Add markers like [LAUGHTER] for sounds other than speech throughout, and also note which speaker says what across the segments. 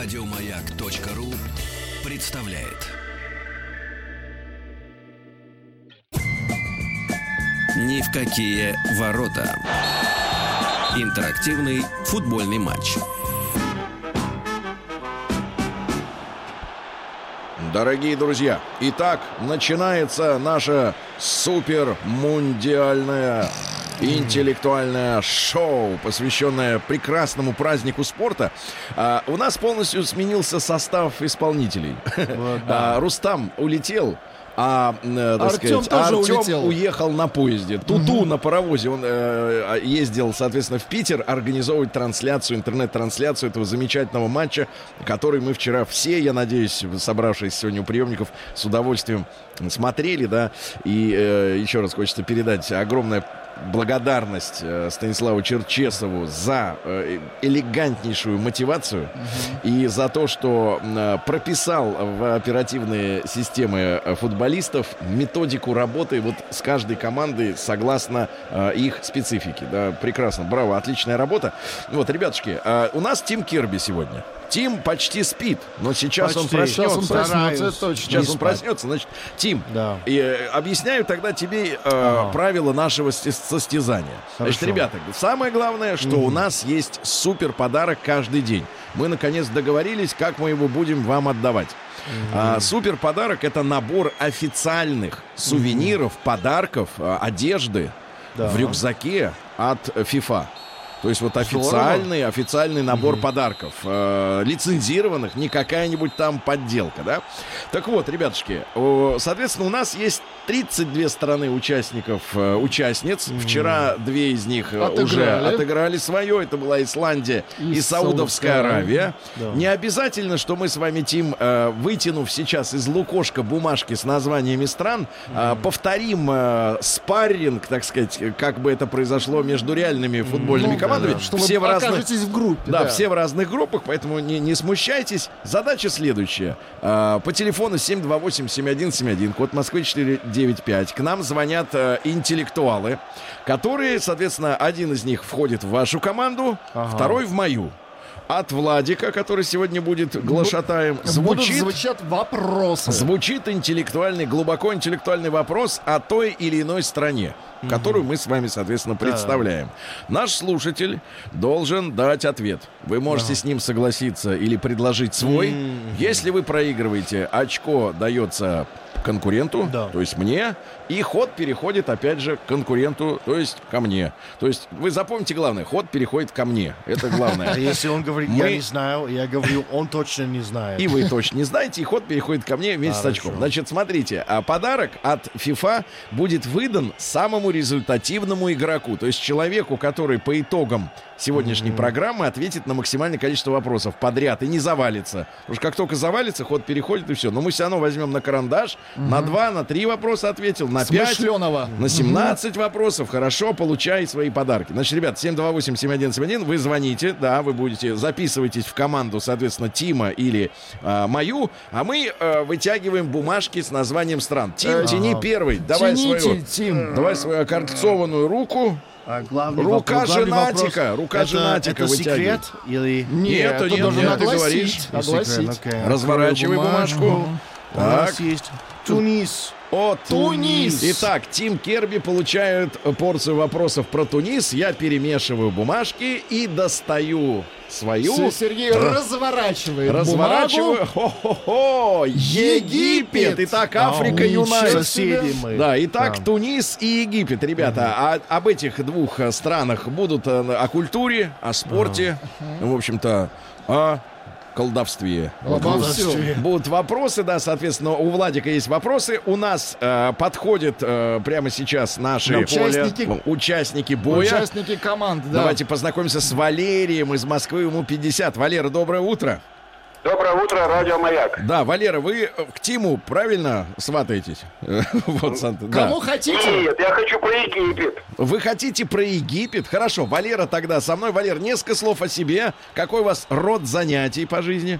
Speaker 1: Радиомаяк.ру представляет. Ни в какие ворота. Интерактивный футбольный матч.
Speaker 2: Дорогие друзья, итак, начинается наша супермундиальная интеллектуальное шоу, посвященное прекрасному празднику спорта. А, у нас полностью сменился состав исполнителей.
Speaker 3: Вот, да.
Speaker 2: [LAUGHS] А, Рустам улетел. А, э, так
Speaker 3: Артём
Speaker 2: сказать,
Speaker 3: тоже
Speaker 2: Артём
Speaker 3: улетел.
Speaker 2: уехал на поезде. Туту на паровозе. Он э, ездил, соответственно, в Питер организовывать трансляцию, интернет-трансляцию этого замечательного матча, который мы вчера все, я надеюсь, собравшись сегодня у приемников, с удовольствием смотрели, да. И э, еще раз хочется передать огромное благодарность э, Станиславу Черчесову за э, элегантнейшую мотивацию и за то, что э, прописал в оперативные системы э, футболистов методику работы вот с каждой командой согласно э, их специфике. Да, прекрасно, браво, отличная работа. Вот, ребятушки, э, у нас Тим Кирби сегодня. Тим почти спит, но сейчас он
Speaker 3: Почти.
Speaker 2: проснется.
Speaker 3: Сейчас он проснется, это точно.
Speaker 2: Сейчас
Speaker 3: Не
Speaker 2: он
Speaker 3: спать.
Speaker 2: проснется, значит, Тим,
Speaker 3: Да.
Speaker 2: и, э, объясняю тогда тебе э, правила нашего сте- состязания. Значит,
Speaker 3: Хорошо.
Speaker 2: ребята, самое главное, что у нас есть супер подарок каждый день. Мы наконец договорились, как мы его будем вам отдавать. А, супер подарок это набор официальных сувениров, подарков, а, одежды
Speaker 3: Да.
Speaker 2: в рюкзаке от э, FIFA. То есть вот официальный, официальный набор подарков, э, лицензированных, не какая-нибудь там подделка, да? Так вот, ребятушки, о, соответственно, у нас есть 32 страны участников, э, участниц. Вчера две из них э, уже
Speaker 3: Отыграли.
Speaker 2: отыграли свое. Это была Исландия и,
Speaker 3: И
Speaker 2: Саудовская
Speaker 3: Саудовская
Speaker 2: Аравия.
Speaker 3: Аравия. Да.
Speaker 2: Не обязательно, что мы с вами, Тим, э, вытянув сейчас из лукошка бумажки с названиями стран, э, повторим э, спарринг, так сказать, как бы это произошло между реальными
Speaker 4: Ну,
Speaker 2: футбольными командами.
Speaker 3: Что
Speaker 2: Ну, все
Speaker 3: вы
Speaker 2: в разных...
Speaker 3: окажетесь в группе.
Speaker 2: Да, все в разных группах, поэтому не, не смущайтесь. Задача следующая. Э, по телефону 728-7171, код Москвы 495. К нам звонят э, интеллектуалы, которые, соответственно, один из них входит в вашу команду,
Speaker 3: Ага.
Speaker 2: второй в мою. От Владика, который сегодня будет глашатаем, звучит,
Speaker 3: Звучит... звучат вопросы.
Speaker 2: звучит интеллектуальный, глубоко интеллектуальный вопрос о той или иной стране, которую мы с вами, соответственно, представляем. Наш слушатель должен дать ответ. Вы можете с ним согласиться или предложить свой. Если вы проигрываете, очко дается конкуренту,
Speaker 3: Да.
Speaker 2: то есть мне, и ход переходит опять же к конкуренту, то есть ко мне. То есть вы запомните главное, ход переходит ко мне. Это
Speaker 3: [LAUGHS]
Speaker 2: главное.
Speaker 4: А если он говорит,
Speaker 2: Мы-
Speaker 4: я не знаю, я говорю, он точно не знает.
Speaker 2: И вы точно не знаете, и ход переходит ко мне вместе с
Speaker 4: Хорошо.
Speaker 2: очком. Значит, смотрите, а подарок от FIFA будет выдан самому результативному игроку, то есть человеку, который по итогам сегодняшней программы ответит на максимальное количество вопросов подряд и не завалится. Потому что как только завалится, ход переходит и все. Но мы все равно возьмем на карандаш, на два, на три вопроса ответил,
Speaker 4: А
Speaker 2: на пять.
Speaker 3: Смышленого.
Speaker 2: На 17 вопросов, хорошо, получай свои подарки. Значит, ребят, 728-7171, вы звоните, да, вы будете, записывайтесь в команду, соответственно, Тима или а, мою, а мы э, вытягиваем бумажки с названием стран. Тим, тяни первый, давай
Speaker 3: Э, а, Тяните,
Speaker 2: свою,
Speaker 3: Тим.
Speaker 2: давай свою окольцованную руку.
Speaker 4: А главный
Speaker 2: Рука
Speaker 4: вопрос- главный вопрос-
Speaker 2: женатика, рука
Speaker 4: это,
Speaker 2: женатика
Speaker 4: Это
Speaker 2: вытягивает.
Speaker 4: секрет или...
Speaker 2: Нет,
Speaker 3: тут
Speaker 2: нет,
Speaker 3: должен
Speaker 2: нет, ты говоришь.
Speaker 3: огласить.
Speaker 4: Не секрет,
Speaker 3: Огласить.
Speaker 4: окей. Открою
Speaker 2: Разворачивай бумажку.
Speaker 4: У нас
Speaker 2: Так.
Speaker 4: есть Тунис.
Speaker 2: О,
Speaker 3: Тунис.
Speaker 2: Итак, Тим Керби получает э, порцию вопросов про Тунис. Я перемешиваю бумажки и достаю свою.
Speaker 3: Се- Сергей разворачивает
Speaker 2: Разворачиваю. Хо-хо-хо! Египет!
Speaker 3: Египет.
Speaker 2: Итак,
Speaker 4: А,
Speaker 2: Африка
Speaker 4: ничего
Speaker 2: Юнайтед.
Speaker 4: Соседи мы.
Speaker 2: Да, итак,
Speaker 4: Да.
Speaker 2: Тунис и Египет, ребята. А- об этих двух э, странах будут э, о культуре, о спорте, ну, в общем-то, о колдовстве.
Speaker 3: бумагу. Обо всем.
Speaker 2: Будут вопросы, да, соответственно, у Владика есть вопросы. У нас э, подходят э, прямо сейчас наши
Speaker 3: На поле.
Speaker 2: участники, участники боя.
Speaker 3: Участники команд, да.
Speaker 2: Давайте познакомимся с Валерием из Москвы, ему 50. Валера, доброе утро.
Speaker 5: Доброе утро, радио Маяк.
Speaker 2: Да, Валера, вы э, к Тиму правильно сватаетесь? Э, [LAUGHS] Вот, Санта, да.
Speaker 3: Кому хотите?
Speaker 5: Нет, я хочу про Египет.
Speaker 2: Вы хотите про Египет? Хорошо, Валера тогда со мной. Валер, несколько слов о себе. Какой у вас род занятий по жизни?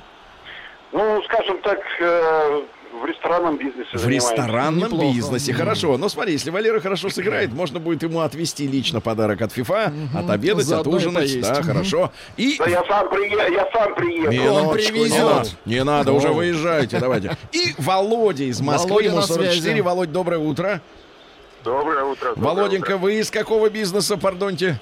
Speaker 5: Ну, скажем так, э, в ресторанном бизнесе
Speaker 2: В
Speaker 5: занимаюсь.
Speaker 2: ресторанном
Speaker 3: Неплохо.
Speaker 2: бизнесе. Хорошо. Но смотри, если Валера хорошо сыграет, можно будет ему отвезти лично подарок от ФИФА, отобедать,
Speaker 3: Заодно и
Speaker 2: отужинать.
Speaker 3: поесть.
Speaker 2: Да,
Speaker 3: Мгм.
Speaker 2: хорошо. И
Speaker 5: Да я сам, прие- я сам приеду.
Speaker 2: Минуточку, Не
Speaker 3: привезет.
Speaker 2: надо, не надо, уже выезжайте, давайте. И Володя из Москвы,
Speaker 3: Володя
Speaker 2: ему
Speaker 3: на
Speaker 2: 44.
Speaker 3: связи.
Speaker 2: Володь, доброе утро.
Speaker 5: Доброе утро. доброе
Speaker 2: Володенька,
Speaker 5: утро.
Speaker 2: вы из какого бизнеса, пардонте?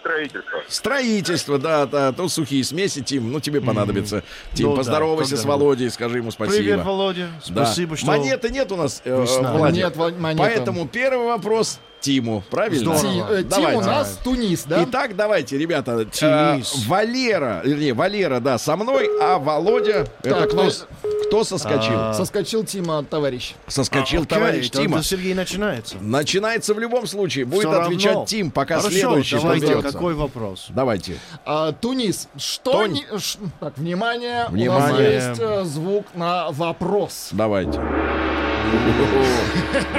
Speaker 5: Строительство.
Speaker 2: Строительство, да, да, тут сухие смеси, Тим, ну тебе понадобится. Тим,
Speaker 4: Ну да,
Speaker 2: поздоровайся
Speaker 4: когда
Speaker 2: с
Speaker 4: будет.
Speaker 2: Володей, скажи ему спасибо.
Speaker 4: Привет, Володя.
Speaker 2: Да.
Speaker 4: Спасибо, что...
Speaker 2: Монеты нет у нас, э,
Speaker 4: Весна.
Speaker 2: Владик.
Speaker 3: Нет, Вол- монеты.
Speaker 2: Поэтому первый вопрос Тиму, правильно?
Speaker 3: Ти-
Speaker 4: Здорово.
Speaker 3: э, Тим
Speaker 2: Давайте.
Speaker 3: у нас Тунис, да?
Speaker 2: Итак, давайте, ребята, э,
Speaker 4: Денис.
Speaker 2: Валера, вернее, Валера, да, со мной, а Володя, это
Speaker 3: Так,
Speaker 2: кто,
Speaker 4: ну,
Speaker 3: вы-
Speaker 2: с- кто соскочил?
Speaker 3: Соскочил Тима товарищ.
Speaker 2: Соскочил
Speaker 4: а, Окей,
Speaker 2: товарищ
Speaker 4: тогда
Speaker 2: Тима.
Speaker 4: Сергей начинается.
Speaker 2: Начинается в любом случае, будет
Speaker 4: Всё
Speaker 2: отвечать
Speaker 4: равно.
Speaker 2: Тим, пока
Speaker 4: Хорошо,
Speaker 2: следующий что
Speaker 4: давайте,
Speaker 2: придется.
Speaker 4: какой вопрос?
Speaker 2: Давайте.
Speaker 3: А, Тунис. Что
Speaker 2: Тунь.
Speaker 3: не- ш- Так, внимание. У нас
Speaker 2: Внимание.
Speaker 3: есть э, звук на вопрос.
Speaker 2: Давайте.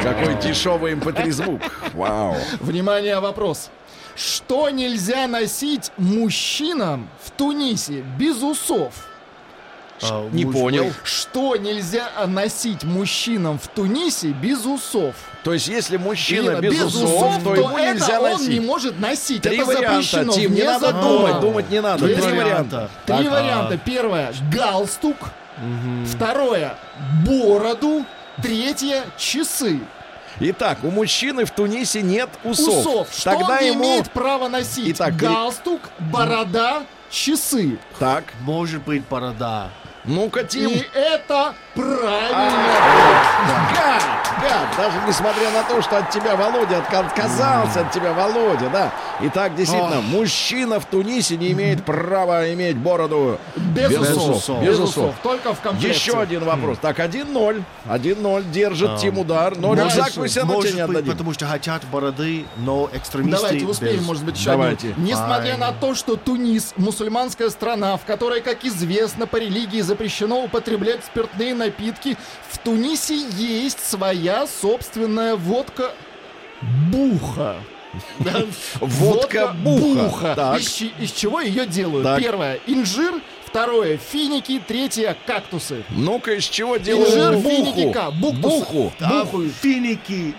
Speaker 2: Какой дешевый mp3 звук. Вау.
Speaker 3: Внимание, вопрос. Что нельзя носить мужчинам в Тунисе без усов?
Speaker 4: А,
Speaker 2: Не
Speaker 4: муж
Speaker 2: понял.
Speaker 4: мой.
Speaker 3: Что нельзя а, носить мужчинам в Тунисе без усов?
Speaker 2: То есть, если мужчина
Speaker 3: Ирина,
Speaker 2: без усов, то ему
Speaker 3: это
Speaker 2: нельзя
Speaker 3: он не
Speaker 2: носить.
Speaker 3: может носить.
Speaker 2: Три
Speaker 3: это
Speaker 2: варианта,
Speaker 3: запрещено.
Speaker 2: Тим, не
Speaker 3: вне
Speaker 2: надо
Speaker 3: закона.
Speaker 2: думать, думать не надо.
Speaker 3: Три
Speaker 2: Три
Speaker 4: варианта.
Speaker 2: варианта.
Speaker 3: Три
Speaker 2: Так. а-
Speaker 3: варианта. Первое – галстук. Второе – бороду. Третье – часы.
Speaker 2: Итак, у мужчины в Тунисе нет усов.
Speaker 3: Усов. Что
Speaker 2: Тогда
Speaker 3: он не
Speaker 2: ему...
Speaker 3: имеет права носить?
Speaker 2: Итак, гри-
Speaker 3: галстук, борода, часы.
Speaker 2: Так,
Speaker 4: Может быть, борода.
Speaker 2: ну-ка, Тим. А,
Speaker 3: И это правильно.
Speaker 2: Гад, гад, даже несмотря на то, что от тебя Володя отка- отказался, от тебя Володя, да. Итак, действительно, мужчина в Тунисе не имеет права иметь бороду
Speaker 3: Без, усов.
Speaker 4: усов.
Speaker 2: Без усов.
Speaker 3: Только в комплекте.
Speaker 2: Еще один
Speaker 3: Хм.
Speaker 2: вопрос. Так, 1-0. 1-0 держит Тим удар. Но
Speaker 3: Может,
Speaker 2: рюкзак мы все равно тебе
Speaker 4: Может
Speaker 2: не
Speaker 4: быть,
Speaker 2: отдадим.
Speaker 4: потому что хотят бороды, но экстремисты...
Speaker 3: Ну, Давайте успеем,
Speaker 4: без.
Speaker 3: может быть, еще
Speaker 2: Давайте.
Speaker 3: одну. Несмотря
Speaker 4: Ай.
Speaker 3: на то, что Тунис – мусульманская страна, в которой, как известно, по религии запрещено употреблять спиртные напитки, в Тунисе есть своя собственная водка
Speaker 2: [LAUGHS]
Speaker 3: Буха.
Speaker 2: Водка Буха. Так.
Speaker 3: Из, чи- из чего ее делают?
Speaker 2: Так.
Speaker 3: Первое – инжир, второе – финики, третье – кактусы.
Speaker 2: Ну-ка, из чего
Speaker 3: Инжир,
Speaker 2: делают
Speaker 3: финики,
Speaker 2: буху?
Speaker 3: ка- буктусы.
Speaker 2: Буху.
Speaker 4: Да,
Speaker 3: Бухают.
Speaker 4: финики.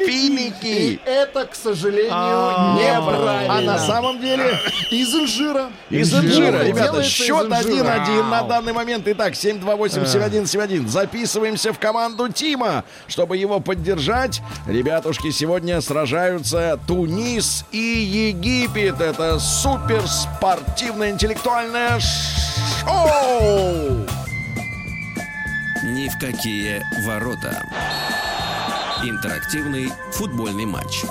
Speaker 3: И
Speaker 2: Финики.
Speaker 3: это, к сожалению,
Speaker 4: А,
Speaker 3: неправильно.
Speaker 2: А на самом деле
Speaker 3: Из инжира.
Speaker 2: из инжира,
Speaker 3: Делается
Speaker 2: ребята,
Speaker 3: из
Speaker 2: счет
Speaker 3: инжира.
Speaker 2: 1-1 на данный момент. Итак, 728-7171. Записываемся в команду Тима, чтобы его поддержать. Ребятушки, сегодня сражаются Тунис и Египет. Это суперспортивное интеллектуальное шоу.
Speaker 1: Ни в какие ворота. Интерактивный футбольный матч.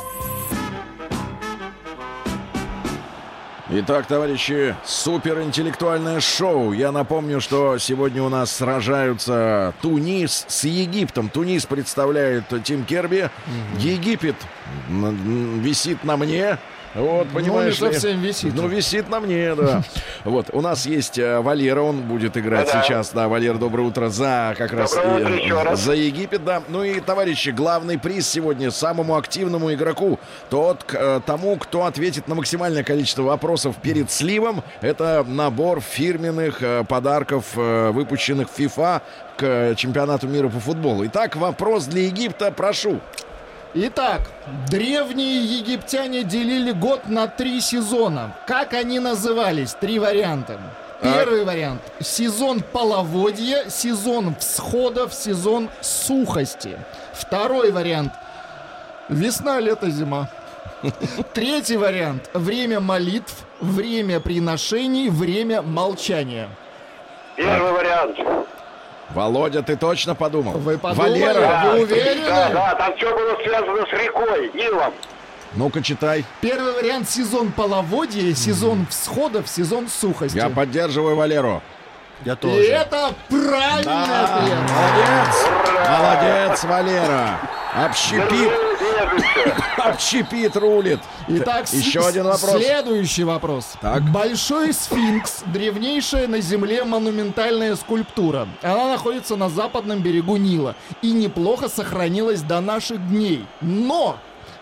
Speaker 2: Итак, товарищи, суперинтеллектуальное шоу. Я напомню, что сегодня у нас сражаются Тунис с Египтом. Тунис представляет Тим Керби. Египет м, м, висит на мне. Вот, понимаешь
Speaker 3: Ну, не
Speaker 2: ли?
Speaker 3: совсем висит.
Speaker 2: Ну, висит на мне,
Speaker 3: [LAUGHS]
Speaker 2: да. Вот, у нас есть э, Валера, он будет играть
Speaker 5: Да-да.
Speaker 2: сейчас. Да, Валер, доброе утро. За как раз
Speaker 5: Доброе утро
Speaker 2: э,
Speaker 5: еще раз.
Speaker 2: за Египет, да. Ну и, товарищи, главный приз сегодня самому активному игроку. Тот, к- э, тому, кто ответит на максимальное количество вопросов перед сливом, это набор фирменных э, подарков, э, выпущенных FIFA к э, чемпионату мира по футболу. Итак, вопрос для Египта, прошу.
Speaker 3: Итак, древние египтяне делили год на три сезона. Как они назывались? Три варианта.
Speaker 2: А.
Speaker 3: Первый вариант. Сезон половодья, сезон всходов, сезон сухости. Второй вариант. Весна,
Speaker 2: [LAUGHS]
Speaker 3: лето, зима. Третий вариант. Время молитв, время приношений, время молчания.
Speaker 5: Первый вариант.
Speaker 2: Валодя, ты точно подумал?
Speaker 3: Вы подумали?
Speaker 2: Валера,
Speaker 3: Вы уверены?
Speaker 5: Да, да, там все было связано с рекой, Нилом.
Speaker 2: ну-ка читай.
Speaker 3: Первый вариант сезон половодья, сезон всходов, сезон сухости.
Speaker 2: Я поддерживаю Валеру. Э,
Speaker 4: Я
Speaker 3: И
Speaker 4: тоже.
Speaker 3: это правильный ответ.
Speaker 2: Молодец! Молодец, Валера! Общепит,
Speaker 5: Держи, держишься.
Speaker 2: общепит рулит.
Speaker 3: Итак, с-
Speaker 2: еще один вопрос.
Speaker 3: Следующий вопрос.
Speaker 2: Так.
Speaker 3: Большой сфинкс, древнейшая на Земле монументальная скульптура. Она находится на западном берегу Нила и неплохо сохранилась до наших дней. Но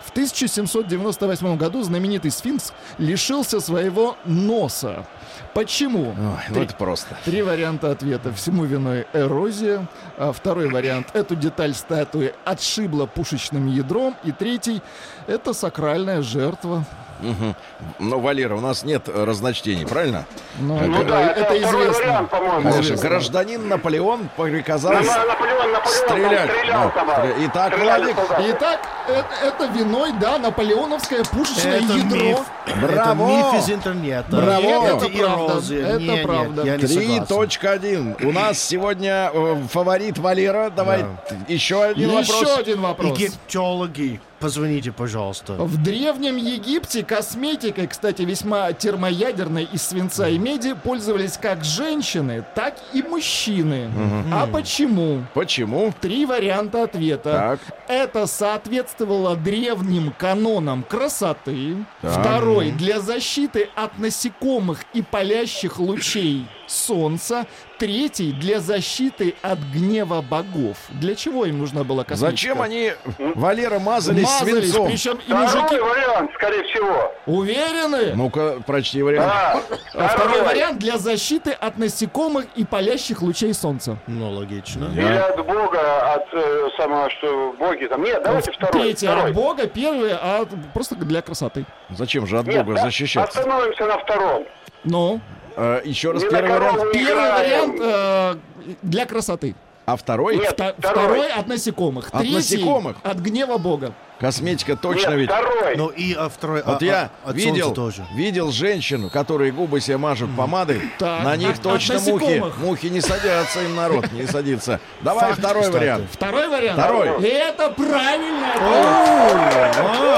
Speaker 3: В 1798 году знаменитый сфинкс лишился своего носа. Почему?
Speaker 2: Ой, ну
Speaker 3: Три-
Speaker 2: это просто.
Speaker 3: Три варианта ответа. Всему виной эрозия. А Второй вариант. Эту деталь статуи отшибло пушечным ядром. И третий. Это сакральная жертва.
Speaker 2: Но, Ну, Валера, у нас нет э, разночтений, правильно?
Speaker 3: Но
Speaker 5: Ну
Speaker 3: это,
Speaker 5: да,
Speaker 3: это
Speaker 5: это, второй
Speaker 3: известно.
Speaker 5: вариант, по-моему.
Speaker 2: Конечно,
Speaker 3: Известно.
Speaker 2: гражданин Наполеон приказал...
Speaker 5: На- на- Наполеон, Наполеон
Speaker 2: Стрелять,
Speaker 5: там стрелял
Speaker 2: да.
Speaker 5: там.
Speaker 2: Стреля- И так,
Speaker 5: стреляли
Speaker 2: Владик,
Speaker 5: солдаты.
Speaker 3: Итак, это, это виной, да, наполеоновское пушечное
Speaker 4: Это
Speaker 3: ядро.
Speaker 4: миф.
Speaker 2: Браво!
Speaker 4: Это миф из интернета.
Speaker 2: Браво!
Speaker 4: Нет,
Speaker 3: Это
Speaker 4: и
Speaker 3: правда.
Speaker 4: розы.
Speaker 3: Это
Speaker 4: Не, нет,
Speaker 3: правда.
Speaker 4: я не согласен.
Speaker 2: 3.1. У нас сегодня э, фаворит Валера. Давай т- еще один
Speaker 4: Ну,
Speaker 3: Еще
Speaker 2: вопрос.
Speaker 3: один вопрос.
Speaker 4: Египтологи, позвоните, пожалуйста.
Speaker 3: В Древнем Египте косметикой, кстати, весьма термоядерной из свинца и меди, пользовались как женщины, так и мужчины. А почему?
Speaker 2: Почему?
Speaker 3: Три варианта ответа.
Speaker 2: Так.
Speaker 3: Это соответствовало древним канонам красоты. Второй. Для защиты от насекомых и палящих лучей солнца. Третий. Для защиты от гнева богов. Для чего им нужна была косметика?
Speaker 2: Зачем они, Валера, мазались,
Speaker 3: мазались?
Speaker 2: свинцом?
Speaker 3: Причем и
Speaker 5: Второй
Speaker 3: мужики...
Speaker 5: вариант, скорее всего.
Speaker 3: Уверены?
Speaker 2: Ну-ка, прочти вариант.
Speaker 5: Да.
Speaker 3: А Второй вариант для защиты от насекомых и палящих лучей солнца.
Speaker 4: Ну, логично.
Speaker 5: Или от Бога, от э, самого, что боги там. Нет, давайте второй.
Speaker 3: Третий
Speaker 5: второй.
Speaker 3: от Бога, первый а просто для красоты.
Speaker 2: Зачем же от
Speaker 5: Нет,
Speaker 2: Бога
Speaker 5: да,
Speaker 2: защищаться?
Speaker 5: Остановимся на втором.
Speaker 3: Ну,
Speaker 2: Э, еще раз
Speaker 5: Не
Speaker 2: первый
Speaker 5: на
Speaker 2: вариант.
Speaker 5: корову
Speaker 3: первый
Speaker 5: играем.
Speaker 3: вариант э, для красоты.
Speaker 2: А второй?
Speaker 5: Нет.
Speaker 3: Вта-
Speaker 5: Второй.
Speaker 3: Второй от насекомых.
Speaker 2: От
Speaker 3: Третий
Speaker 2: насекомых?
Speaker 3: от гнева Бога.
Speaker 2: Косметика точно
Speaker 5: Нет,
Speaker 2: ведь.
Speaker 5: второй.
Speaker 4: Ну и а, второй...
Speaker 2: Вот
Speaker 4: а,
Speaker 2: я
Speaker 4: а, от
Speaker 2: видел,
Speaker 4: солнца тоже.
Speaker 2: видел женщин, которые губы себе мажут помадой.
Speaker 3: Так,
Speaker 2: На них
Speaker 3: от- от
Speaker 2: точно мухи.
Speaker 3: насекомых.
Speaker 2: Мухи не садятся, им народ не садится. Давай
Speaker 4: Факт,
Speaker 2: второй
Speaker 4: кстати.
Speaker 2: вариант.
Speaker 3: Второй вариант.
Speaker 2: Второй.
Speaker 3: И это правильный ответ.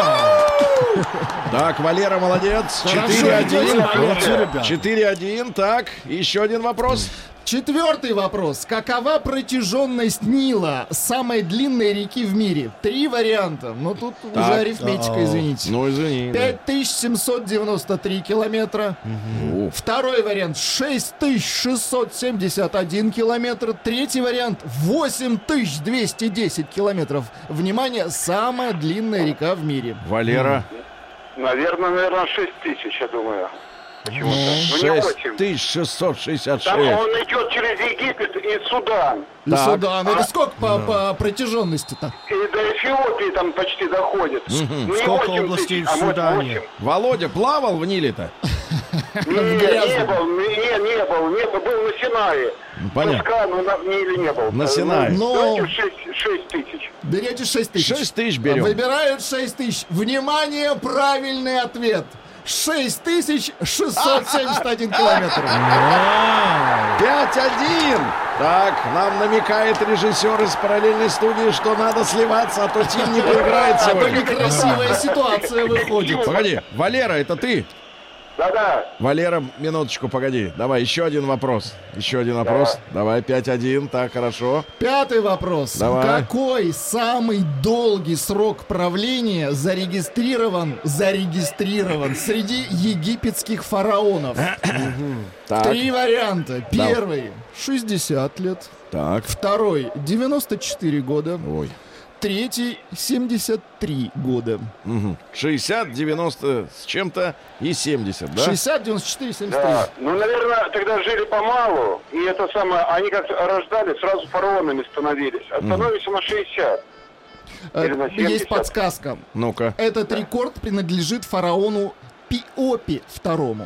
Speaker 2: Так, Валера, молодец.
Speaker 3: Хорошо, идете,
Speaker 2: 4-1.
Speaker 3: Валера.
Speaker 4: Молодцы, ребята.
Speaker 2: 4-1. Так, еще один вопрос.
Speaker 3: Четвертый вопрос. Какова протяженность Нила, самой длинной реки в мире? Три варианта. Но тут уже арифметика,
Speaker 4: А-а.
Speaker 3: извините.
Speaker 2: Ну, извини.
Speaker 3: 5793 километра.
Speaker 2: Уф.
Speaker 3: Второй вариант 6671 километр. Третий вариант 8210 километров. Внимание, самая длинная река в мире.
Speaker 2: Валера,
Speaker 5: Наверное, наверное, 6 тысяч, я думаю. Почему-то. Ну, не очень.
Speaker 2: 6666.
Speaker 5: Там он идет через Египет и Судан.
Speaker 3: И
Speaker 2: Так. А.
Speaker 3: Судан. Ну, Это сколько по, по протяженности-то?
Speaker 5: И до Эфиопии там почти доходит. Ну, не
Speaker 4: Сколько
Speaker 5: 8
Speaker 4: областей
Speaker 5: тысяч,
Speaker 4: в
Speaker 5: а может,
Speaker 4: Судане?
Speaker 5: 8.
Speaker 2: [LAUGHS] Володя плавал в Ниле-то?
Speaker 5: Не,
Speaker 3: грязном.
Speaker 5: не был, не, не был, не был, был на Синае.
Speaker 2: понятно.
Speaker 5: Пускай, но на, не, или не был.
Speaker 2: На Синае.
Speaker 5: Ну,
Speaker 3: Ну.
Speaker 5: давайте 6, тысяч.
Speaker 3: Берете 6 тысяч.
Speaker 2: 6 тысяч берем.
Speaker 3: Выбирают 6 тысяч. Внимание, правильный ответ.
Speaker 2: [LAUGHS]
Speaker 3: 6671 километр.
Speaker 2: 5-1. Так, нам намекает режиссер из параллельной студии, что надо сливаться, а то Тим не проиграет
Speaker 3: А то
Speaker 2: сегодня.
Speaker 3: некрасивая ситуация выходит.
Speaker 2: Погоди, Валера, это ты?
Speaker 5: Да-да.
Speaker 2: Валера, минуточку, погоди. Давай, еще один вопрос. Еще один вопрос. Давай, 5-1. Так, хорошо.
Speaker 3: Пятый вопрос.
Speaker 2: Давай.
Speaker 3: Какой самый долгий срок правления зарегистрирован, зарегистрирован среди египетских фараонов?
Speaker 2: Э, Так,
Speaker 3: Три варианта. Первый 60 лет,
Speaker 2: так.
Speaker 3: второй 94 года,
Speaker 2: Ой.
Speaker 3: третий 73 года.
Speaker 2: Мгм. 60, 90 с чем-то и 70, да?
Speaker 3: 60, 94, 73.
Speaker 5: Да. Ну, наверное, тогда жили помалу, и это самое, они как рождались, сразу фараонами становились. Остановимся на 60.
Speaker 3: Э,
Speaker 5: Или на
Speaker 3: Есть
Speaker 5: 70.
Speaker 3: подсказка.
Speaker 2: Ну-ка.
Speaker 3: Этот рекорд принадлежит фараону Пиопи второму.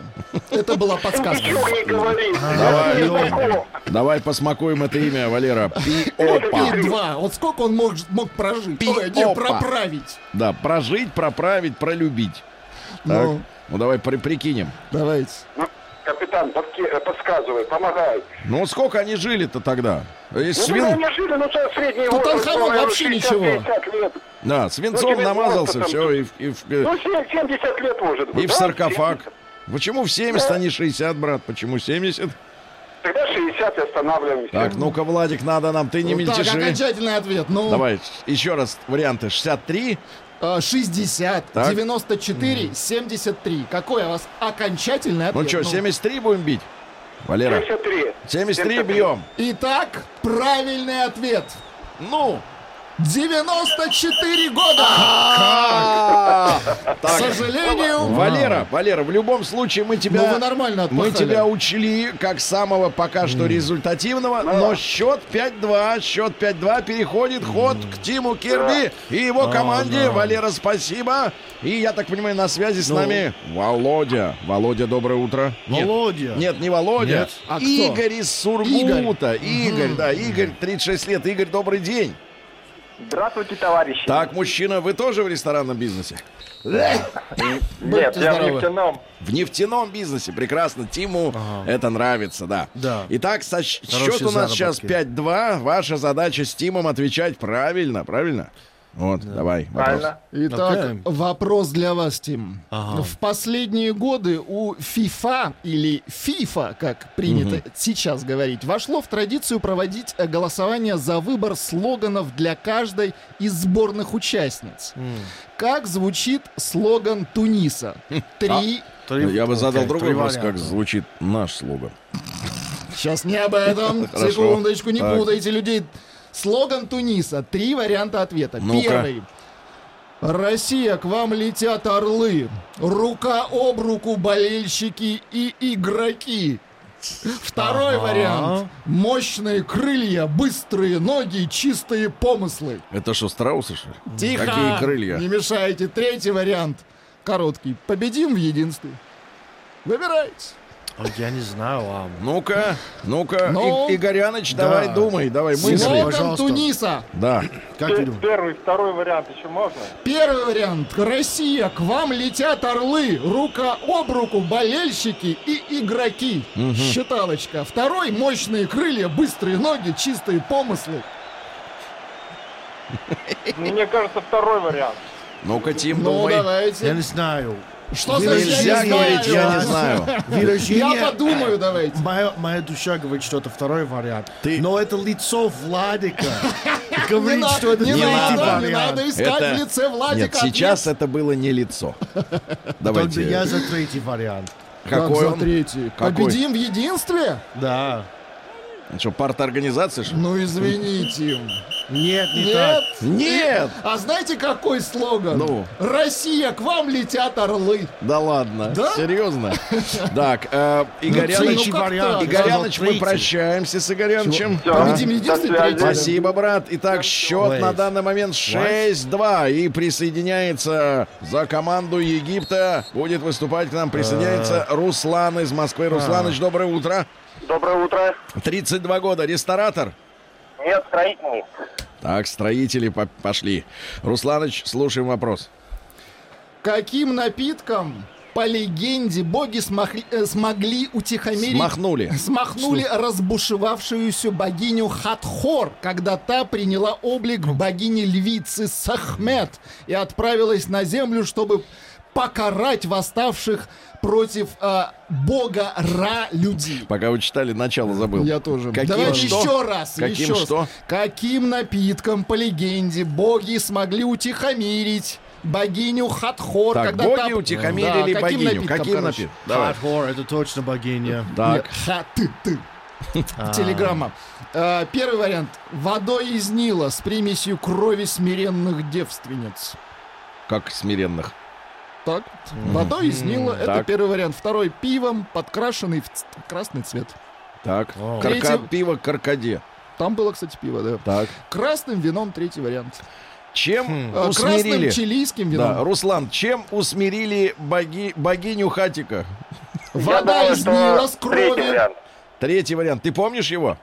Speaker 3: Это была подсказка.
Speaker 5: Ну, Ничего не говори.
Speaker 2: Давай.
Speaker 5: Не знакомо.
Speaker 2: Давай посмакуем это имя, Валера. Пиопа.
Speaker 3: Пи два. Вот сколько он мог, мог прожить?
Speaker 2: Пи-
Speaker 3: Ой, не,
Speaker 2: опа.
Speaker 3: проправить.
Speaker 2: Да, прожить, проправить, пролюбить. Так.
Speaker 3: Ну,
Speaker 2: Ну давай при- прикинем.
Speaker 3: давайте.
Speaker 5: Ну, Капитан, подки- э, подсказывай, помогай.
Speaker 2: Ну сколько они жили-то тогда? Э,
Speaker 5: Ну,
Speaker 2: свин-
Speaker 5: тогда они жили, ну, что, средний
Speaker 3: Ну, там
Speaker 5: возраст,
Speaker 3: Хамон
Speaker 5: по-моему,
Speaker 3: вообще
Speaker 5: 60,
Speaker 3: ничего.
Speaker 5: 50 лет.
Speaker 2: Да,
Speaker 5: Ну,
Speaker 2: свинцом
Speaker 5: тебе
Speaker 2: намазался,
Speaker 5: сколько там?
Speaker 2: все, и, в- и в- э,
Speaker 5: Ну, се- 70 лет, может быть.
Speaker 2: и в
Speaker 5: да?
Speaker 2: саркофаг.
Speaker 5: 70.
Speaker 2: Почему в 70, а не 60, брат? Почему 70?
Speaker 5: Тогда 60 и останавливаемся.
Speaker 2: Так, ну-ка, Владик, надо нам, ты не
Speaker 3: Ну, так,
Speaker 2: мельтеши.
Speaker 3: окончательный ответ. Ну,
Speaker 2: Давай, еще раз варианты. 63,
Speaker 3: э, 60,
Speaker 2: Так.
Speaker 3: 94, 73. Какой у вас окончательный ответ?
Speaker 2: Ну что, 73 будем бить? Валера,
Speaker 5: 73.
Speaker 2: 73 бьем.
Speaker 3: Итак, правильный ответ.
Speaker 2: Ну,
Speaker 3: 94 года! К
Speaker 2: А! Так,
Speaker 3: сожалению,
Speaker 2: Валера, Валера, в любом случае мы тебя...
Speaker 3: А. Ну, вы нормально
Speaker 2: Мы
Speaker 3: отпахали.
Speaker 2: тебя учли как самого пока что результативного, но счет 5-2, счет 5-2 переходит ход к Тиму Кирби и
Speaker 3: А,
Speaker 2: его команде. Валера, спасибо. И, я так понимаю, на связи
Speaker 3: Ну.
Speaker 2: с нами Володя. Володя, доброе утро. Нет.
Speaker 4: Володя.
Speaker 2: Нет, не Володя.
Speaker 4: Нет.
Speaker 3: А кто?
Speaker 2: Игорь из Сургута. Игорь, да, Игорь, 36 лет. Игорь, добрый день.
Speaker 6: Здравствуйте, товарищи.
Speaker 2: Так, мужчина, вы тоже в ресторанном бизнесе?
Speaker 6: Нет,
Speaker 3: будьте
Speaker 6: я в
Speaker 3: здоровы.
Speaker 6: нефтяном.
Speaker 2: В нефтяном бизнесе. Прекрасно. Тиму это нравится, да.
Speaker 4: Да.
Speaker 2: Итак, со- счет
Speaker 4: Хорошие
Speaker 2: у нас сейчас
Speaker 4: заработки.
Speaker 2: 5-2. Ваша задача с Тимом отвечать правильно, правильно? Вот, давай. вопрос.
Speaker 6: Правильно.
Speaker 3: Итак,
Speaker 4: Окей.
Speaker 3: вопрос для вас, Тим.
Speaker 4: Ага.
Speaker 3: В последние годы у FIFA или FIFA, как принято сейчас говорить, вошло в традицию проводить э, голосование за выбор слоганов для каждой из сборных участниц. Как звучит слоган Туниса? Три.
Speaker 2: Ну, Я бы задал
Speaker 4: Окей,
Speaker 2: другой
Speaker 4: три
Speaker 2: вопрос, как
Speaker 4: варианта.
Speaker 2: звучит наш слоган.
Speaker 3: Сейчас не об этом.
Speaker 2: [LAUGHS] Хорошо.
Speaker 3: Секундочку, не
Speaker 2: Так.
Speaker 3: путайте людей. Слоган Туниса. Три варианта ответа.
Speaker 2: Ну-ка.
Speaker 3: Первый. Россия, к вам летят орлы. Рука об руку болельщики и игроки. Второй вариант. Мощные крылья, быстрые ноги, чистые помыслы.
Speaker 2: Это что, страусы, что ли?
Speaker 3: Тихо!
Speaker 2: Какие крылья?
Speaker 3: Не мешайте. Третий вариант. Короткий. Победим в единстве. Выбирайте.
Speaker 4: Ой, Я не знаю, а...
Speaker 2: Ну-ка, ну-ка,
Speaker 3: Ну?
Speaker 2: И- Игоряныч,
Speaker 4: Да.
Speaker 2: давай думай, давай
Speaker 4: Слоган.
Speaker 2: мысли.
Speaker 4: Игорь,
Speaker 3: Слоган
Speaker 4: пожалуйста.
Speaker 3: Туниса.
Speaker 2: Да.
Speaker 4: Как ты
Speaker 6: Пе-
Speaker 4: думаешь?
Speaker 6: Первый, второй вариант еще можно?
Speaker 3: Первый вариант. Россия, к вам летят орлы. Рука об руку, болельщики и игроки. Считалочка. Второй. Мощные крылья, быстрые ноги, чистые помыслы.
Speaker 6: Мне кажется, второй вариант.
Speaker 2: Ну-ка, Тим,
Speaker 3: Ну,
Speaker 2: думай.
Speaker 4: Я
Speaker 3: давайте.
Speaker 4: не знаю.
Speaker 3: Что
Speaker 4: Вы
Speaker 3: значит,
Speaker 2: Нельзя
Speaker 3: я не знаю?
Speaker 2: говорить, я не знаю.
Speaker 4: Выражение...
Speaker 3: Я подумаю, давайте.
Speaker 4: Моя, моя душа говорит, что это второй вариант.
Speaker 2: Ты-
Speaker 4: Но это лицо Владика.
Speaker 3: [LAUGHS] Не,
Speaker 4: Говорит,
Speaker 3: на-
Speaker 4: что это типа.
Speaker 3: не
Speaker 4: третий
Speaker 3: надо, не
Speaker 4: вариант.
Speaker 3: надо искать
Speaker 2: Это-
Speaker 3: в лице
Speaker 2: Нет,
Speaker 3: Владика.
Speaker 2: сейчас это было не лицо.
Speaker 4: Тогда
Speaker 2: Давайте.
Speaker 4: я за третий вариант.
Speaker 3: Какой
Speaker 2: Какой он?
Speaker 3: третий?
Speaker 2: Какой?
Speaker 3: Победим в единстве?
Speaker 4: Да.
Speaker 2: Что, парта-организация, что ли?
Speaker 3: Ну, извините.
Speaker 4: Нет, не
Speaker 3: Нет?
Speaker 4: так.
Speaker 2: Нет!
Speaker 3: А знаете, какой слоган?
Speaker 2: Ну.
Speaker 3: Россия, к вам летят орлы.
Speaker 2: Да ладно,
Speaker 3: Да?
Speaker 2: [LAUGHS] серьезно? Так, э, Игоряныч,
Speaker 4: третий
Speaker 3: как
Speaker 4: вариант.
Speaker 3: так?
Speaker 2: Игоряныч, мы
Speaker 4: Третий.
Speaker 2: прощаемся с Игорянычем.
Speaker 6: Всё.
Speaker 2: Да.
Speaker 3: Победим
Speaker 6: До
Speaker 3: единственный
Speaker 6: связи.
Speaker 3: третий.
Speaker 2: Спасибо, брат. Итак, счет
Speaker 4: Wait.
Speaker 2: на данный момент 6-2. И присоединяется за команду Египта. Будет выступать к нам, присоединяется Руслан из Москвы. Русланыч, доброе утро.
Speaker 5: Доброе утро.
Speaker 2: 32 года, ресторатор.
Speaker 5: Нет, строительный.
Speaker 2: Так, строители по- пошли. Русланыч, слушаем вопрос.
Speaker 3: Каким напитком, по легенде, боги смахли- э, смогли утихомирить...
Speaker 2: Махнули.
Speaker 3: Смахнули разбушевавшуюся богиню Хатхор, когда та приняла облик богини-львицы Сахмет и отправилась на землю, чтобы покарать восставших против э, бога Ра людей.
Speaker 2: Пока вы читали, начало забыл.
Speaker 3: Я тоже.
Speaker 2: Каким
Speaker 3: Давайте
Speaker 2: что?
Speaker 3: еще раз.
Speaker 2: Каким
Speaker 3: еще раз.
Speaker 2: что?
Speaker 3: Каким напитком, по легенде, боги смогли утихомирить богиню Хатхор?
Speaker 2: Так,
Speaker 3: когда
Speaker 2: боги
Speaker 3: та-
Speaker 2: утихомирили
Speaker 3: Да, каким
Speaker 2: богиню.
Speaker 3: напитком,
Speaker 2: каким
Speaker 3: короче?
Speaker 2: напитком? Давай.
Speaker 4: Хардкор, это точно богиня.
Speaker 2: Так.
Speaker 3: Нет, ха ты ты. Телеграмма. Э, Первый вариант. Водой из Нила с примесью крови смиренных девственниц.
Speaker 2: Как смиренных.
Speaker 3: Так, водой из Нила, это
Speaker 2: Так.
Speaker 3: первый вариант. Второй пивом, подкрашенный в ц- красный цвет.
Speaker 2: Так.
Speaker 4: Вау.
Speaker 2: Карка-
Speaker 3: Третий-
Speaker 2: Пиво каркаде.
Speaker 3: Там было, кстати, пиво, да.
Speaker 2: Так.
Speaker 3: Красным вином третий вариант.
Speaker 2: Чем
Speaker 3: Э, Красным
Speaker 2: усмирили?
Speaker 3: чилийским
Speaker 2: Да,
Speaker 3: вином.
Speaker 2: Руслан, чем усмирили боги- богиню Хатика?
Speaker 3: Вода
Speaker 5: Я думаю,
Speaker 3: из
Speaker 5: что
Speaker 3: Нила с кровью.
Speaker 5: Третий вариант.
Speaker 2: Третий вариант. Ты помнишь его?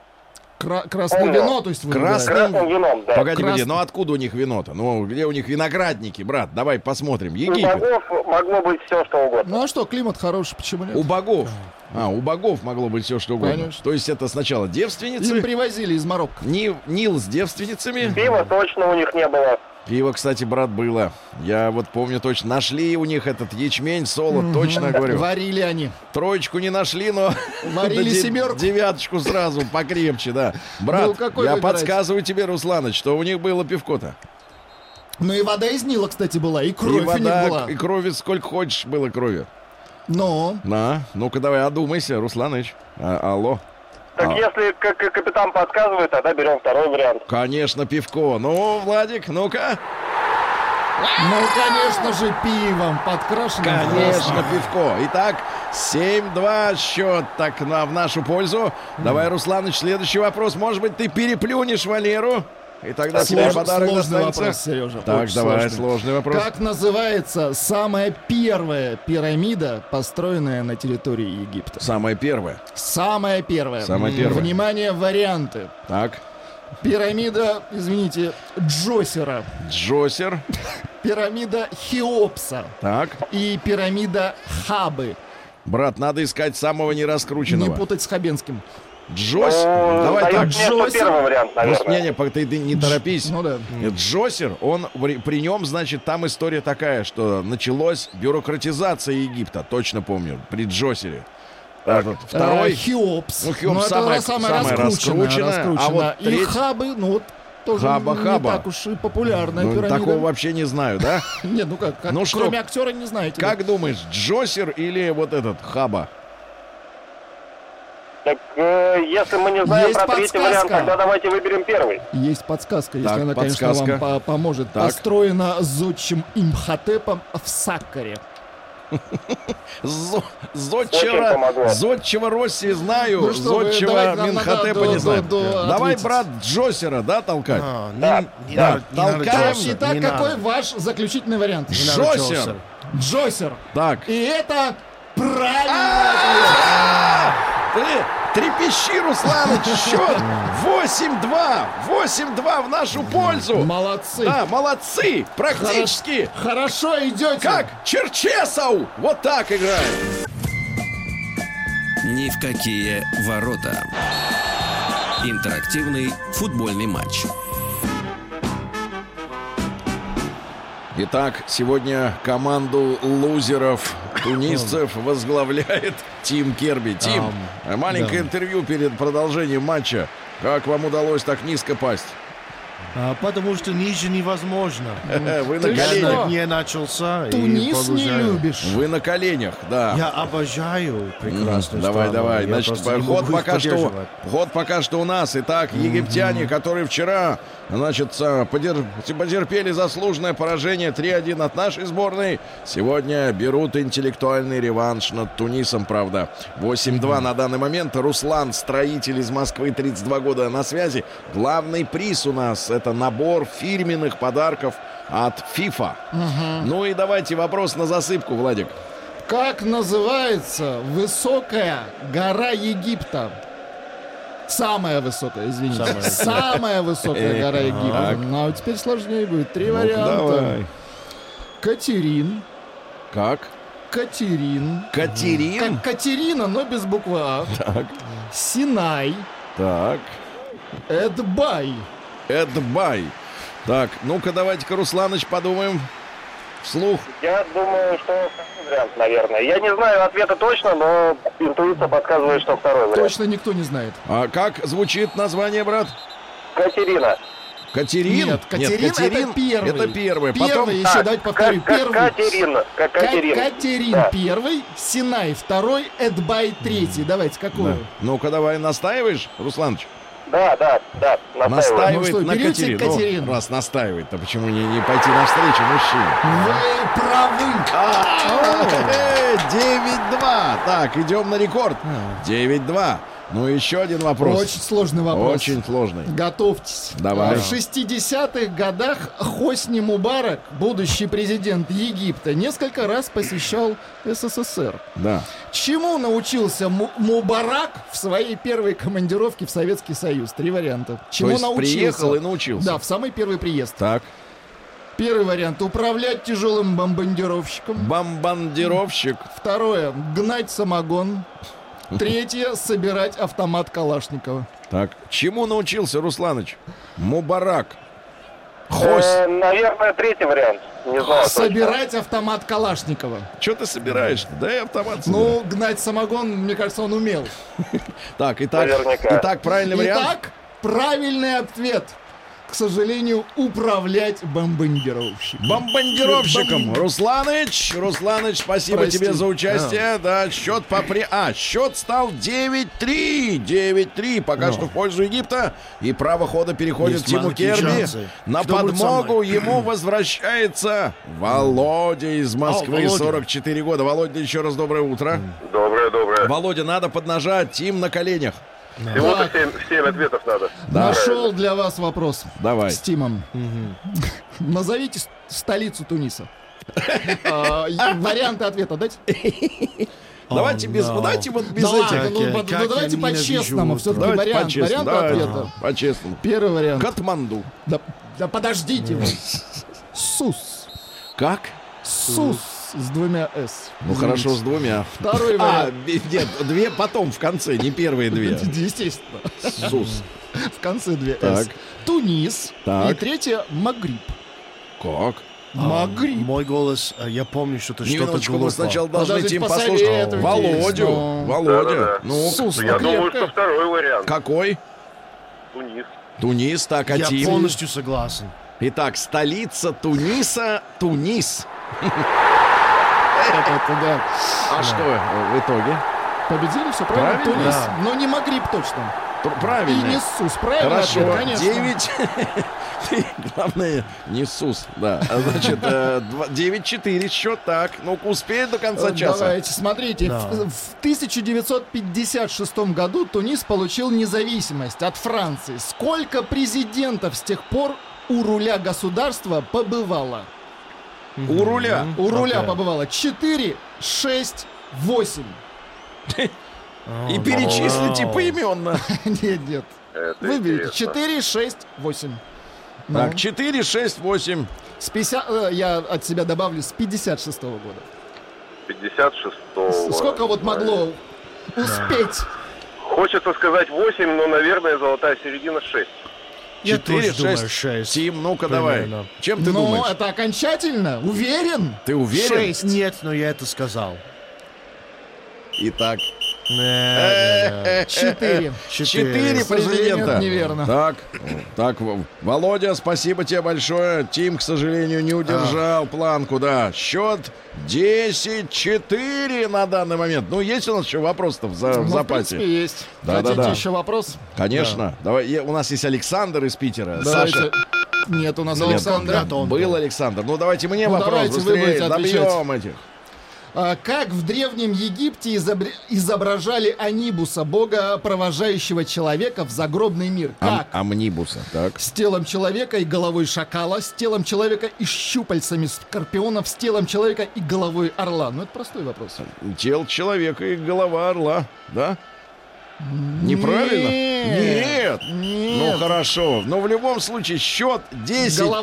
Speaker 3: Кра- красное
Speaker 5: О,
Speaker 3: вино, то есть вы
Speaker 2: красное.
Speaker 3: выбираете.
Speaker 5: Красным вином, да.
Speaker 2: Погоди,
Speaker 3: Красный.
Speaker 2: погоди, ну откуда у них вино-то? Ну, где у них виноградники, брат? Давай посмотрим.
Speaker 5: У
Speaker 2: Египет.
Speaker 5: богов могло быть все, что угодно.
Speaker 3: Ну а что, климат хороший, почему нет?
Speaker 2: У богов. А, у богов могло быть все, что угодно.
Speaker 3: Конечно.
Speaker 2: То есть это сначала
Speaker 3: Им
Speaker 2: девственницы,
Speaker 3: привозили из Марокко.
Speaker 2: Ни- Нил с девственницами.
Speaker 5: Пива точно у них не было.
Speaker 2: Пиво, кстати, брат, было. Я вот помню точно. Нашли у них этот ячмень, солод, точно говорю.
Speaker 3: Варили они.
Speaker 2: Троечку не нашли, но... [LAUGHS]
Speaker 3: Варили
Speaker 2: де-
Speaker 3: семерку.
Speaker 2: Девяточку сразу, покрепче, да. Брат,
Speaker 3: Ну, какой
Speaker 2: я
Speaker 3: выбирать?
Speaker 2: подсказываю тебе, Русланыч, что у них было пивко-то.
Speaker 3: Ну и вода из Нила, кстати, была, и
Speaker 2: И
Speaker 3: кровь у них
Speaker 2: вода,
Speaker 3: была.
Speaker 2: и крови сколько хочешь было крови.
Speaker 3: Но
Speaker 2: На, ну-ка давай, одумайся, Русланыч. А- алло.
Speaker 5: Так если к- к- капитан подсказывает, тогда берем второй вариант.
Speaker 2: Конечно, пивко. Ну, Владик, ну-ка.
Speaker 3: Ну, конечно же, пивом подкрашенным.
Speaker 2: Конечно,
Speaker 3: красным.
Speaker 2: пивко. Итак, 7-2 счет так на, в нашу пользу. Давай, Русланыч, следующий вопрос. Может быть, ты переплюнешь Валеру? И тогда тебе
Speaker 3: Слож-
Speaker 2: подарок
Speaker 3: сложный
Speaker 2: достанется.
Speaker 3: вопрос, Сережа.
Speaker 2: Так,
Speaker 3: очень
Speaker 2: давай, сложный, вопрос.
Speaker 3: Как называется самая первая пирамида, построенная на территории Египта?
Speaker 2: Самое первое.
Speaker 3: Самая первая.
Speaker 2: Самая
Speaker 3: М,
Speaker 2: первая.
Speaker 3: Внимание, варианты.
Speaker 2: Так,
Speaker 3: Пирамида, извините, Джосера.
Speaker 2: Джосер.
Speaker 3: Пирамида Хеопса.
Speaker 2: Так,
Speaker 3: И пирамида Хабы.
Speaker 2: брат, надо искать самого
Speaker 3: Не
Speaker 2: нераскрученного.
Speaker 3: путать с Хабенским.
Speaker 2: Джосер.
Speaker 5: Ну,
Speaker 2: Давай
Speaker 5: дает
Speaker 2: так,
Speaker 5: мне, что
Speaker 3: Джойс.
Speaker 5: первый вариант,
Speaker 2: Просто,
Speaker 5: наверное.
Speaker 2: не, не, погоди, ты не торопись.
Speaker 3: Ну да.
Speaker 2: Нет, Джосер, он при, при нем, значит, там история такая, что началась бюрократизация Египта, точно помню, при Джосере. Так вот,
Speaker 3: Э,
Speaker 2: второй.
Speaker 3: Хеопс.
Speaker 2: Ну, Хеопс
Speaker 3: это
Speaker 2: самая- самая раскрученная, а вот
Speaker 3: И
Speaker 2: треть-
Speaker 3: Хабы, ну вот тоже
Speaker 2: Хаба,
Speaker 3: не
Speaker 2: Хаба.
Speaker 3: так уж и популярная
Speaker 2: Ну,
Speaker 3: пирамида.
Speaker 2: такого вообще не знаю, да? [LAUGHS]
Speaker 3: Нет, ну как, как-
Speaker 2: Ну что?
Speaker 3: кроме актера не знаете.
Speaker 2: Как думаешь, Джосер или вот этот Хаба?
Speaker 5: Так э, если мы не знаем про
Speaker 3: Есть
Speaker 5: третий
Speaker 3: подсказка.
Speaker 5: вариант, тогда давайте выберем первый.
Speaker 3: Есть подсказка, если
Speaker 2: Так,
Speaker 3: она, конечно,
Speaker 2: подсказка.
Speaker 3: вам по- поможет.
Speaker 2: Так.
Speaker 3: Построена зодчим Имхотепом в Саккаре.
Speaker 2: Зо-
Speaker 5: Очень помогло.
Speaker 2: Зодчара, Зодчего Росси знаю,
Speaker 3: Ну что вы,
Speaker 2: Зодчего
Speaker 3: давайте нам
Speaker 2: Минхотепа
Speaker 3: надо
Speaker 2: не
Speaker 3: до-
Speaker 2: знаю.
Speaker 3: до- до
Speaker 2: Давай,
Speaker 3: ответить.
Speaker 2: брат, Джосера, да, толкать?
Speaker 4: А, не-
Speaker 5: Да,
Speaker 4: не
Speaker 5: да.
Speaker 4: надо- не надо
Speaker 2: Толкаешь,
Speaker 4: Джосер,
Speaker 3: Итак,
Speaker 4: не
Speaker 3: какой
Speaker 4: надо.
Speaker 3: ваш заключительный вариант?
Speaker 4: Не надо
Speaker 2: Джосер.
Speaker 4: Джосер.
Speaker 3: Джосер.
Speaker 2: Так,
Speaker 3: И это правильно.
Speaker 2: Ты трепещи, Русланыч, счет 8-2, 8-2 в нашу пользу.
Speaker 3: Молодцы.
Speaker 2: Да, молодцы, практически.
Speaker 3: Хорошо идете.
Speaker 2: Как Черчесов вот так играет.
Speaker 1: Ни в какие ворота. Интерактивный футбольный матч.
Speaker 2: Итак, сегодня команду лузеров тунисцев возглавляет Тим Керби. Тим, э, маленькое интервью перед продолжением матча. Как вам удалось так низко пасть?
Speaker 4: А, потому что ниже невозможно.
Speaker 2: Э, Вы на
Speaker 3: Ты
Speaker 2: коленях.
Speaker 3: что?
Speaker 4: Я не начался. и
Speaker 3: Тунис не
Speaker 4: продолжаю.
Speaker 3: любишь.
Speaker 2: Вы на коленях, да.
Speaker 4: Я обожаю прекрасную
Speaker 2: Давай,
Speaker 4: страну.
Speaker 2: давай.
Speaker 4: Я
Speaker 2: Значит,
Speaker 4: просто не
Speaker 2: ход
Speaker 4: могу их
Speaker 2: пока, что,
Speaker 4: поддерживать.
Speaker 2: ход пока что у нас. Итак, египтяне, которые вчера, значит, а, подер- потерпели заслуженное поражение 3-1 от нашей сборной, сегодня берут интеллектуальный реванш над Тунисом, правда. 8-2 на данный момент. Руслан, строитель из Москвы, 32 года на связи. Главный приз у нас – это набор фирменных подарков от FIFA. Ну и давайте вопрос на засыпку, Владик.
Speaker 3: Как называется высокая гора Египта? Самая высокая, извините. Самая, высокая гора Египта.
Speaker 2: так.
Speaker 3: Ну, а теперь сложнее будет. Три
Speaker 2: Ну-ка,
Speaker 3: варианта.
Speaker 2: давай.
Speaker 3: Катерин,
Speaker 2: Как?
Speaker 3: Катерин.
Speaker 2: Катерин?
Speaker 3: Как Катерина, но без буквы А. Синай,
Speaker 2: Так.
Speaker 3: Эдбай.
Speaker 2: Эдбай. Так, ну-ка давайте-ка, Русланыч, подумаем. Вслух.
Speaker 5: Я думаю, что второй вариант, наверное. Я не знаю ответа точно, но интуиция подсказывает, что второй вариант.
Speaker 3: Точно никто не знает.
Speaker 2: А как звучит название, брат?
Speaker 5: Катерина.
Speaker 2: Катерин?
Speaker 3: Нет, Катерин это первый.
Speaker 2: Это первый. Потом
Speaker 3: Первый, еще
Speaker 5: Так,
Speaker 3: дайте повторю.
Speaker 5: Ка- Ка-
Speaker 3: Первый.
Speaker 5: Катерина. Ка-
Speaker 3: Ка-
Speaker 5: Катерина.
Speaker 3: Катерин
Speaker 5: Да.
Speaker 3: первый, Синай второй, Эдбай третий. Давайте, какую?
Speaker 2: Ну-ка давай, настаиваешь, Русланыч?
Speaker 5: Да, да, да, настаиваю.
Speaker 2: Настаивает
Speaker 3: Ну что,
Speaker 2: на
Speaker 3: берете
Speaker 2: Катерин.
Speaker 3: Катерин?
Speaker 2: Ну, раз настаивает, то почему не, не пойти навстречу мужчине?
Speaker 3: Вы правы.
Speaker 2: Э, 9-2. Так, идем на рекорд. 9-2. Ну, еще один вопрос.
Speaker 3: А. Очень сложный вопрос.
Speaker 2: Очень сложный.
Speaker 3: Готовьтесь.
Speaker 2: Давай.
Speaker 3: В 60-х годах Хосни Мубарак, будущий президент Египта, несколько раз посещал СССР.
Speaker 2: Да.
Speaker 3: Чему научился Му- Мубарак в своей первой командировке в Советский Союз? Три варианта. Чему
Speaker 2: есть
Speaker 3: научился?
Speaker 2: приехал и научился.
Speaker 3: Да, в самый первый приезд.
Speaker 2: Так.
Speaker 3: Первый вариант. Управлять тяжелым бомбардировщиком.
Speaker 2: Бомбардировщик.
Speaker 3: Второе. Гнать самогон. Третье. Собирать автомат Калашникова.
Speaker 2: Так, чему научился Русланыч? Мубарак.
Speaker 5: Э, наверное, третий вариант. Не знаю. точно.
Speaker 3: Собирать автомат Калашникова.
Speaker 2: Что ты собираешь? Да и автомат. собирай.
Speaker 3: Ну, гнать самогон, мне кажется, он умел.
Speaker 2: так, итак,
Speaker 5: наверняка.
Speaker 2: итак, правильный вариант.
Speaker 3: Итак, правильный ответ. к сожалению, управлять бомбардировщиком.
Speaker 2: Бомбардировщиком.
Speaker 3: Бомб-
Speaker 2: Русланыч, Русланыч, спасибо
Speaker 3: Прости.
Speaker 2: тебе
Speaker 4: А.
Speaker 2: за участие. Да, счет по при... А, счет стал 9-3. 9-3. Пока что в пользу Египта. И право хода переходит
Speaker 4: Ну. Есть
Speaker 2: к Тиму
Speaker 4: маленькие
Speaker 2: Керби.
Speaker 4: шансы.
Speaker 2: На
Speaker 4: Что будет со
Speaker 2: подмогу
Speaker 4: мной?
Speaker 2: ему возвращается Володя из Москвы,
Speaker 4: А, Володя.
Speaker 2: 44 года. Володя, еще раз доброе утро.
Speaker 5: Доброе, доброе.
Speaker 2: Володя, надо поднажать. Тим на коленях.
Speaker 5: Всего-то 7, ответов надо.
Speaker 2: Ну,
Speaker 3: Нашел для вас вопрос.
Speaker 2: Давай.
Speaker 3: С Тимом. Назовите с- столицу Туниса. А, и- Варианты ответа дайте.
Speaker 2: давайте без,
Speaker 4: no.
Speaker 2: давайте вот без
Speaker 3: Да
Speaker 2: этих.
Speaker 3: ладно,
Speaker 4: как
Speaker 3: ну,
Speaker 4: я-
Speaker 3: под-
Speaker 4: как
Speaker 3: ну
Speaker 4: я
Speaker 3: давайте
Speaker 4: ненавижу
Speaker 3: по-честному.
Speaker 4: утро.
Speaker 3: Все-таки
Speaker 2: Давайте
Speaker 3: вариант,
Speaker 2: по-честному.
Speaker 3: вариант
Speaker 2: давайте.
Speaker 3: ответа.
Speaker 2: По-честному.
Speaker 3: Первый вариант.
Speaker 2: Катманду.
Speaker 3: Да, да подождите вы. Сус.
Speaker 2: Как?
Speaker 3: Сус с двумя «с».
Speaker 2: Ну хорошо, с двумя.
Speaker 3: Второй
Speaker 2: А,
Speaker 3: вариант.
Speaker 2: бе- нет, две потом в конце, не первые две.
Speaker 3: Естественно.
Speaker 2: Сус.
Speaker 3: В конце две
Speaker 2: Так.
Speaker 3: «с». Тунис. И
Speaker 2: Так.
Speaker 3: третье Магриб.
Speaker 2: Как?
Speaker 3: Магриб.
Speaker 4: А, Мой голос, э, я помню, что ты что-то
Speaker 2: Минуточку, мы
Speaker 4: глупо.
Speaker 2: сначала должны
Speaker 3: Подождите,
Speaker 2: Тим послушать.
Speaker 3: посоветуйте.
Speaker 2: Володю.
Speaker 3: Ну.
Speaker 2: Володя.
Speaker 5: Да-да-да.
Speaker 2: Ну,
Speaker 3: Сус.
Speaker 5: Я думаю,
Speaker 3: крепко.
Speaker 5: что второй вариант.
Speaker 2: какой?
Speaker 5: Тунис.
Speaker 2: Тунис, так, а
Speaker 4: Я
Speaker 2: Тим?
Speaker 4: полностью согласен.
Speaker 2: Итак, столица Туниса, Тунис.
Speaker 3: Так это, да.
Speaker 2: А что э, в итоге?
Speaker 3: Победили, все правильно?
Speaker 2: Правильно?
Speaker 3: Тунис.
Speaker 4: Да.
Speaker 3: Но не Магриб точно.
Speaker 2: Пр-
Speaker 3: И
Speaker 2: Правильно.
Speaker 3: не Сус. Правильно?
Speaker 2: Хорошо,
Speaker 3: ответ,
Speaker 2: [LAUGHS]
Speaker 3: конечно.
Speaker 2: 9. Главное, не СУС, да. А, Значит, э, два- 9-4 счет, так. Ну-ка, успеет до
Speaker 4: Э,
Speaker 2: конца часа?
Speaker 3: Э, Давайте, смотрите,
Speaker 4: Да.
Speaker 3: в, в 1956 году Тунис получил независимость от Франции. Сколько президентов с тех пор у руля государства побывало?
Speaker 2: У руля.
Speaker 3: У руля
Speaker 4: Окей.
Speaker 3: побывало 4, 6, 8.
Speaker 2: И перечислите
Speaker 4: Вау.
Speaker 2: поименно.
Speaker 3: [LAUGHS] Нет, нет.
Speaker 5: Это
Speaker 3: Выберите
Speaker 5: интересно.
Speaker 3: 4, 6, 8.
Speaker 4: Ну.
Speaker 2: Так, 4, 6, 8.
Speaker 3: С 50, э, я от себя добавлю с 56 года.
Speaker 5: 56-го.
Speaker 3: С- Сколько вот могло успеть?
Speaker 5: Хочется сказать 8, но, наверное, золотая середина 6.
Speaker 4: Я
Speaker 2: 4,
Speaker 4: тоже думаю,
Speaker 2: 6.
Speaker 4: шесть.
Speaker 2: Тим, ну-ка давай.
Speaker 4: Примерно. Ну, а
Speaker 2: Чем ты
Speaker 3: Но
Speaker 2: думаешь?
Speaker 3: это окончательно? Уверен?
Speaker 2: Ты уверен?
Speaker 3: Шесть.
Speaker 4: Нет, но я это сказал. Э,
Speaker 2: Итак,
Speaker 4: Не, не, не.
Speaker 3: 4.
Speaker 2: Э, четыре
Speaker 3: К сожалению,
Speaker 2: президента.
Speaker 3: это неверно.
Speaker 2: Так, так, В- Володя, спасибо тебе большое. Тим, к сожалению, не
Speaker 3: А.
Speaker 2: удержал планку, да. Счет 10-4 на данный момент. Ну, есть у нас еще вопрос-то в, за- в
Speaker 3: Ну,
Speaker 2: запасе?
Speaker 3: В принципе, есть.
Speaker 2: Да,
Speaker 3: Хотите
Speaker 2: да, да.
Speaker 3: еще вопрос?
Speaker 2: Конечно. Давай, е- у нас есть Александр из Питера. Саша,
Speaker 3: Давайте. Нет, у нас
Speaker 2: Нет,
Speaker 3: Александра.
Speaker 2: да, был Александр. Ну, давайте мне
Speaker 3: Ну,
Speaker 2: вопрос.
Speaker 3: давайте вы
Speaker 2: Быстрее,
Speaker 3: будете отвечать.
Speaker 2: добьем этих.
Speaker 3: А, как в Древнем Египте изобре- изображали Анибуса, бога, провожающего человека в загробный мир?
Speaker 2: Ам-
Speaker 3: Как?
Speaker 2: амнибуса, так.
Speaker 3: С телом человека и головой шакала, с телом человека и щупальцами скорпионов, с телом человека и головой орла. Ну, это простой вопрос.
Speaker 2: Тел человека и голова орла, да? Неправильно? Нет.
Speaker 3: Нет.
Speaker 2: Ну хорошо. Но в любом случае счет
Speaker 3: Голова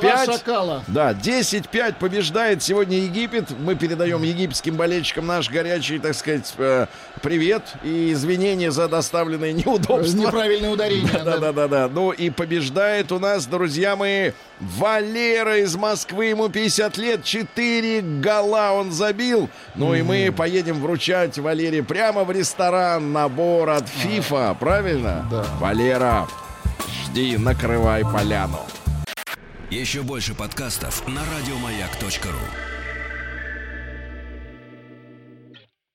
Speaker 2: 10-5.
Speaker 3: шакала.
Speaker 2: Да, 10-5 побеждает сегодня Египет. Мы передаем египетским болельщикам наш горячий, так сказать, э, привет и извинения за доставленные неудобства.
Speaker 3: Неправильное ударение. да.
Speaker 2: Да-да-да-да. Ну и побеждает у нас, друзья мои, Валера из Москвы. Ему 50 лет, 4 гола он забил. Ну и мы поедем вручать Валере прямо в ресторан набор от FIFA, правильно? Да. Валера, жди, накрывай поляну.
Speaker 1: Еще больше подкастов на радиомаяк.ру.